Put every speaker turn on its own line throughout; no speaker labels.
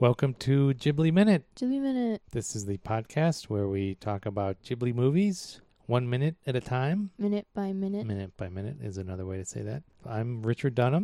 Welcome to Ghibli Minute.
Ghibli Minute.
This is the podcast where we talk about Ghibli movies one minute at a time.
Minute by minute.
Minute by minute is another way to say that. I'm Richard Dunham,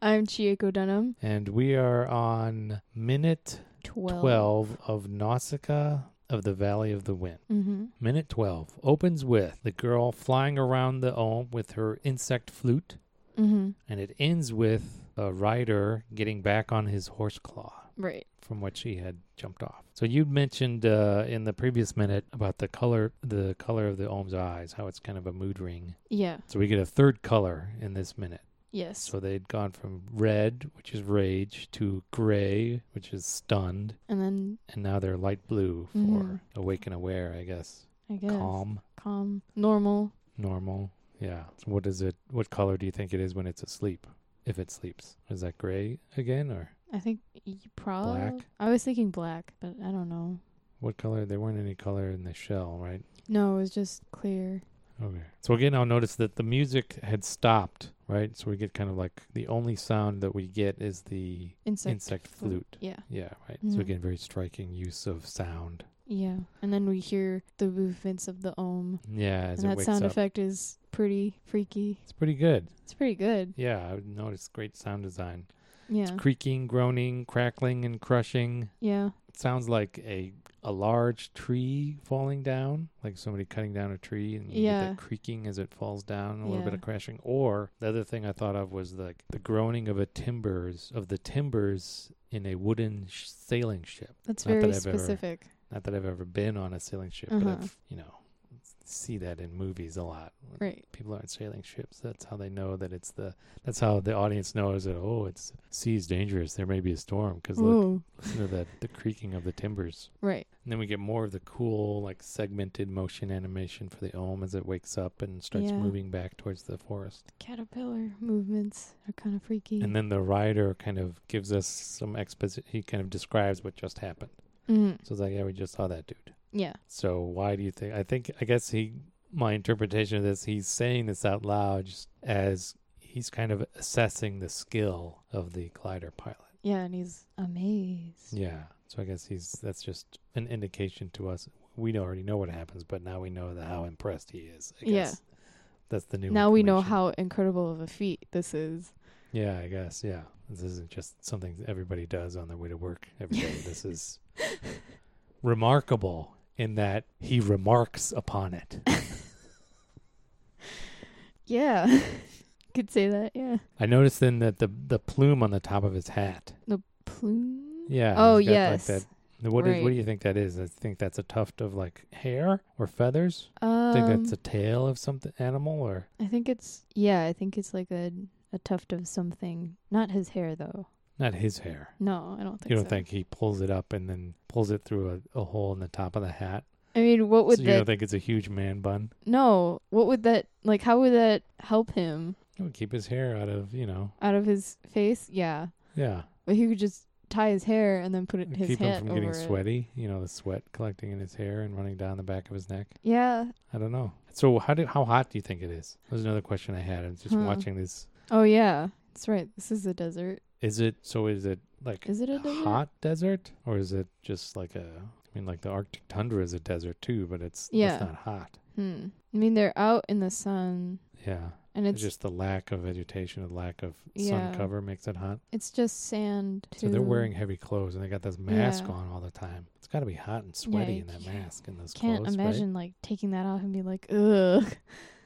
I'm Chieko Dunham.
and we are on minute
12.
12 of Nausicaa of the Valley of the Wind.
Mm-hmm.
Minute 12 opens with the girl flying around the elm with her insect flute,
Mm-hmm.
and it ends with a rider getting back on his horse claw.
Right.
from what she had jumped off. So you mentioned uh, in the previous minute about the color, the color of the Ohm's eyes, how it's kind of a mood ring.
Yeah.
So we get a third color in this minute.
Yes.
So they'd gone from red, which is rage, to gray, which is stunned,
and then
and now they're light blue for
Mhm.
awake and aware, I guess.
I guess
Calm,
calm, normal.
normal. Yeah. So what is it? What color do you think it is when it's asleep? If it sleeps, is that gray again, or
I think you probably.
Black?
I was thinking black, but I don't know.
what color? There weren't any color in the shell, right?
No, it was just clear.
Okay. So again, I'll notice that the music had stopped, right? So we get kind of like the only sound that we get is the
Insect.
insect
flu-
flute.
Yeah.
Yeah, right.
Mhm.
So again, very striking use of sound.
Yeah. And then we hear the movements of the ohm.
Yeah, as
and
it
that
wakes
sound
up.
effect is pretty freaky.
It's pretty good.
It's pretty good.
Yeah, I would notice great sound design.
Yeah.
It's creaking, groaning, crackling, and crushing.
yeah.
It sounds like a a large tree falling down, like somebody cutting down a tree, and you get
Yeah.
that creaking as it falls down, a little bit
Yeah.
of crashing. Or the other thing I thought of was like the groaning of a timbers of the timbers in a wooden sh- sailing ship.
That's
Not that
very
I've ever-
specific.
Not that I've ever been on a sailing ship, but
Uh-huh.
I've you know see that in movies a lot.
Right.
People are on sailing ships. That's how they know that it's the. That's how the audience knows that oh, it's sea's dangerous. There may be a storm because look,
Ooh.
listen to that the creaking of the timbers.
Right.
And then we get more of the cool, like segmented motion animation for the Ohm as it wakes up and starts
Yeah.
moving back towards the forest.
Caterpillar movements are kind of freaky.
And then the rider kind of gives us some exposition. He kind of describes what just happened.
Mm,
So it's like, yeah, we just saw that dude.
yeah.
So why do you think? I think, I guess he, my interpretation of this, he's saying this out loud just as he's kind of assessing the skill of the glider pilot.
Yeah, and he's amazed.
Yeah. So I guess he's, that's just an indication to us. We already know what happens, but now we know the, how impressed he is. I
Yeah.
guess. That's the new.
now we know
information.
how incredible of a feat this is.
Yeah, I guess. Yeah. This isn't just something that everybody does on their way to work every day. this is remarkable in that he remarks upon it.
Yeah. Could say that, yeah.
I noticed then that the the plume on the top of his hat.
Plume?
Yeah.
oh,
he's got, like,
yes.
that- what, is- what
Right.
do you think that is? I think that's a tuft of like hair or feathers.
um,
I think that's a tail of something animal or
I think it's, yeah, I think it's like a, a tuft of something. Not his hair, though.
Not his hair.
No, I don't think
You don't
so.
think he pulls it up and then pulls it through a, a hole in the top of the hat?
I mean, what would
so you
that,
don't think it's a huge man bun?
no, what would that, like, how would that help him
He would keep his hair out of, you know,
out of his face? Yeah.
yeah.
But he could just tie his hair and then put it, his
keep
hat
him from getting
over it.
sweaty, you know, the sweat collecting in his hair and running down the back of his neck.
Yeah.
I don't know. So how do how hot do you think it is? That was another question I had. I'm just
Huh.
watching this.
Oh, yeah. That's right. This is a desert.
Is it so is it like
Is it a
a
desert?
hot desert or is it just like a I mean like the Arctic tundra is a desert too, but it's
Yeah.
it's not hot.
Hmm. I mean, they're out in the sun,
Yeah.
and
It's
it's
just the lack of vegetation, the lack of sun
Yeah.
cover makes it hot.
it's just sand. Too.
So they're wearing heavy clothes and they got this mask
Yeah.
on all the time. It's got to be hot and sweaty
you
in that
can't-
mask and those
Can't
clothes. Right?
imagine like taking that off and be like, ugh.
It'd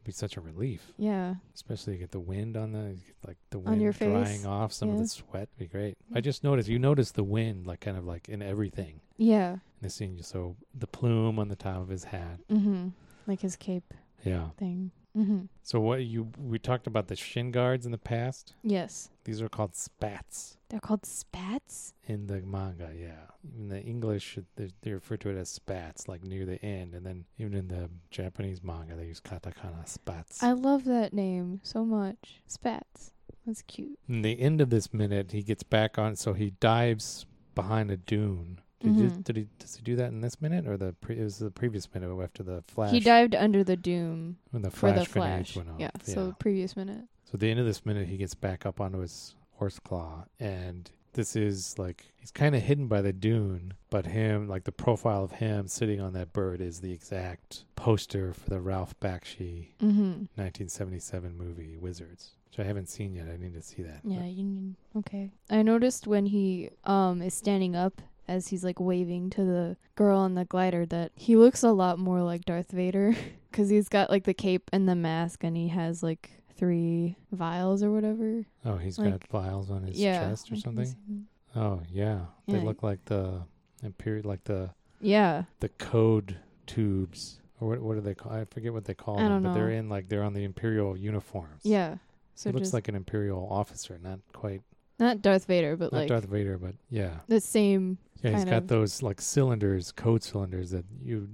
be such a relief,
Yeah.
especially you get the wind on the you get, like the wind
On your
drying
face.
off some of
Yeah.
the sweat. It'd be great. I
Yeah.
just noticed you notice the wind like kind of like in everything
Yeah.
in the scene. So the plume on the top of his hat.
Mm-hmm. Like his cape
Yeah.
thing. Mm-hmm.
So what you we talked about the shin guards in the past.
Yes.
These are called spats.
They're called spats.
in the manga yeah in the english they, they refer to it as spats like near the end and then even in the japanese manga they use katakana spats
I love that name so much. Spats. That's cute.
in the end of this minute he gets back on so he dives behind a dune did, he,
Mhm.
did he does he do that in this minute or the pre, it was the previous minute after the flash
He dived under the doom
when the
for
flash,
the
grenades
flash.
went off
Yeah. So previous minute.
So at the end of this minute, he gets back up onto his horse claw and this is like he's kind of hidden by the dune, but him like the profile of him sitting on that bird is the exact poster for the Ralph Bakshi
Mm-hmm.
1977 movie Wizards, which I haven't seen yet. I need to see that.
Yeah, you need. Okay. I noticed when he um is standing up as he's like waving to the girl on the glider that he looks a lot more like Darth Vader because he's got like the cape and the mask and he has like three vials or whatever.
Oh, he's got
Like-
vials on his
yeah.
chest or
I can
something.
see them.
Oh yeah, they
Yeah.
look like the imperial, like the
Yeah.
the code tubes or what? What are they called? I forget what they call
I
them,
don't
but they're
know.
in like they're on the imperial uniforms.
Yeah.
so
So
it looks
just
like an imperial officer, not quite
not Darth Vader, but
not
like
Darth Vader, but yeah,
the same.
yeah. He's
kind
got
of-
those like cylinders, code cylinders that you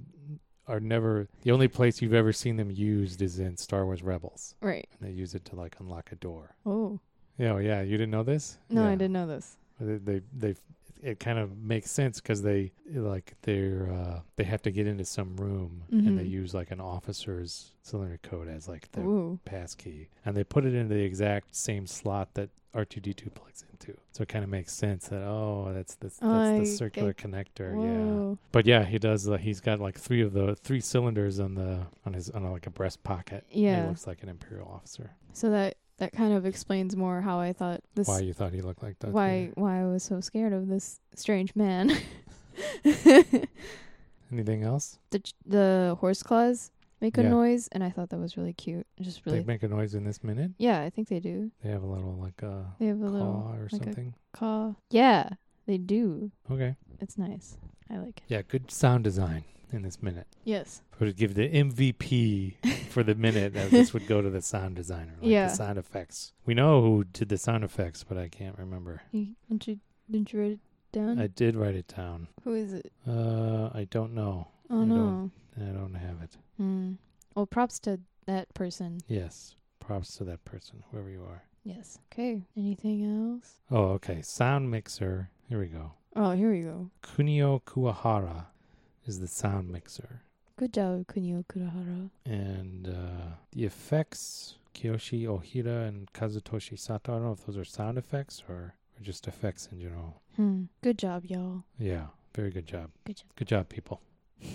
are never. The only place you've ever seen them used is in Star Wars Rebels,
Right.
and they use it to like unlock a door.
Oh.
Yeah, oh, yeah. You didn't know this?
No, I
Yeah.
didn't know this.
They, they, they it kind of makes sense because they like they're uh, they have to get into some room and they
Mhm.
use like an officer's cylinder code as like their
Ooh.
passkey, and they put it into the exact same slot that R two D two plugs into. So it kind of makes sense that oh, that's that's, that's
I
the
get-
circular connector, yeah.
Whoa.
But yeah, he does. Uh, he's got like three of the three cylinders on the on his on like a breast pocket. And
Yeah.
he looks like an imperial officer.
So that that kind of explains more how I thought this
Why you thought he looked like that?
why why I was so scared of this strange man.
Anything else?
the ch- the horse claws make a
Yeah.
noise, and I thought that was really cute. I Just really,
They make a noise in this minute.
yeah, I think they do.
They have a little like uh,
They have a
claw
little
or
like a-
something.
caw. Yeah, they do.
Okay.
It's nice. I like it.
Yeah, good sound design in this minute.
Yes.
Would give the MVP for the minute that this would go to the sound designer. Like
Yeah.
the sound effects. We know who did the sound effects, but I can't remember.
You, didn't, you, didn't you write it down?
I did write it down.
Who is it?
Uh, I don't know.
Oh
I
no.
don't- I don't have it.
Hmm. Well, props to that person.
Yes. Props to that person, whoever you are.
Yes. Okay. Anything else?
Oh, okay. Sound mixer. Here we go.
Oh, here we go.
Kunio Kuwahara is the sound mixer.
Good job, Kunio Kurahara.
and uh, the effects Kiyoshi Ohira and Kazutoshi Sato. I don't know if those are sound effects or, or just effects in general.
Hmm. Good job, y'all.
Yeah, very good job.
Good job.
Good job, people.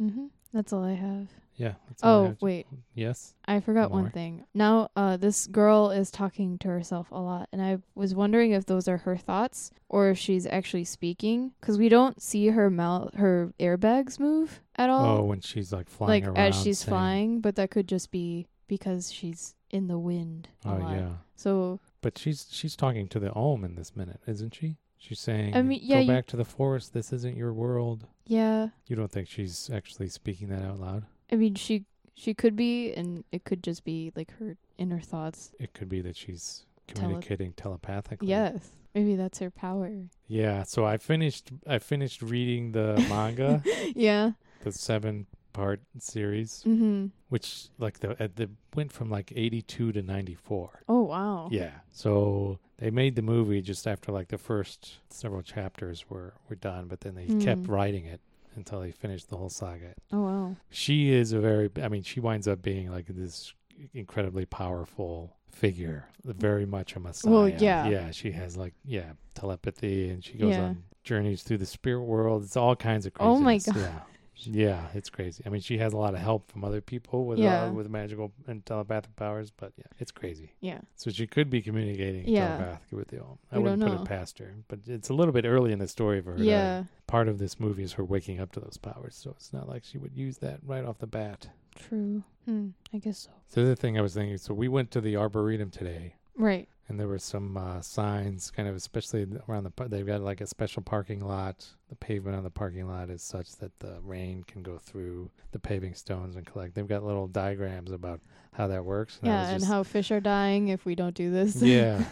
Mm-hmm. That's all I have.
Yeah. That's all I
Oh,
have to-
wait.
yes.
I forgot
More.
one thing. Now, uh, this girl is talking to herself a lot, and I was wondering if those are her thoughts or if she's actually speaking, because we don't see her mouth, her airbags move at all,
oh, when she's like flying
like
around.
as she's
saying-
flying. But that could just be because she's in the wind a
Oh
lot.
yeah,
So
but she's she's talking to the Om in this minute, isn't she? She's saying,
I mean, yeah,
"Go
you-
back to the forest. This isn't your world."
yeah,
You don't think she's actually speaking that out loud?
I mean, she she could be, and it could just be like her inner thoughts.
It could be that she's
Tele-
communicating telepathically.
Yes, maybe that's her power.
Yeah, so I finished I finished reading the manga,
yeah.
the seven part series,
Mm-hmm.
which like the uh, the went from like eighty two to ninety four.
Oh wow.
Yeah, so they made the movie just after like the first several chapters were were done, but then they kept
Mm.
writing it until they finished the whole saga.
Oh wow.
She is a very I mean she winds up being like this incredibly powerful figure, very much a messiah.
yeah.
yeah. She has like yeah telepathy, and she goes
Yeah.
on journeys through the spirit world. It's all kinds of crazy.
Oh my
Yeah. Yeah, it's crazy. I mean, she has a lot of help from other people with
Yeah.
uh, with magical and telepathic powers, but yeah, it's crazy.
Yeah.
So she could be communicating
Yeah.
telepathically with the Om. I
We
wouldn't
don't
put
know.
it past her, but it's a little bit early in the story for her. to-
Yeah.
part of this movie is her waking up to those powers, so it's not like she would use that right off the bat.
True. Hmm. I guess so.
So the other thing I was thinking, so we went to the arboretum today,
Right.
and there were some uh, signs, kind of especially around the. par- They've got like a special parking lot. The pavement on the parking lot is such that the rain can go through the paving stones and collect. They've got little diagrams about how that works. I
yeah,
was
and
just-
how fish are dying if we don't do this.
yeah,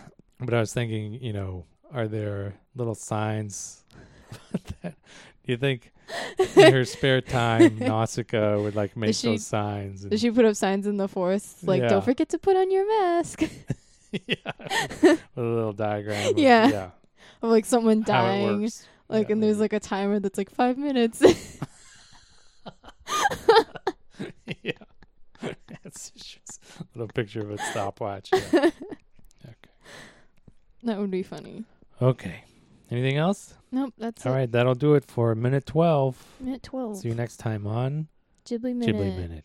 but I was thinking, you know, are there little signs? that Do you think in her spare time, Nausicaa would like make
she-
those signs? and-
Does she put up signs in the forest like
Yeah.
don't forget to put on your mask?
yeah, with a little diagram. of-
Yeah.
yeah,
of like
how
someone
it
dying.
works.
Like
Yeah,
and there's
maybe.
like a timer that's like five minutes.
yeah. That's just a little picture of a stopwatch. yeah.
that would be funny.
Okay. Anything else?
Nope, that's
All
it.
right, that'll do it for minute 12.
Minute 12.
See you next time on
Ghibli
Ghibli Minute.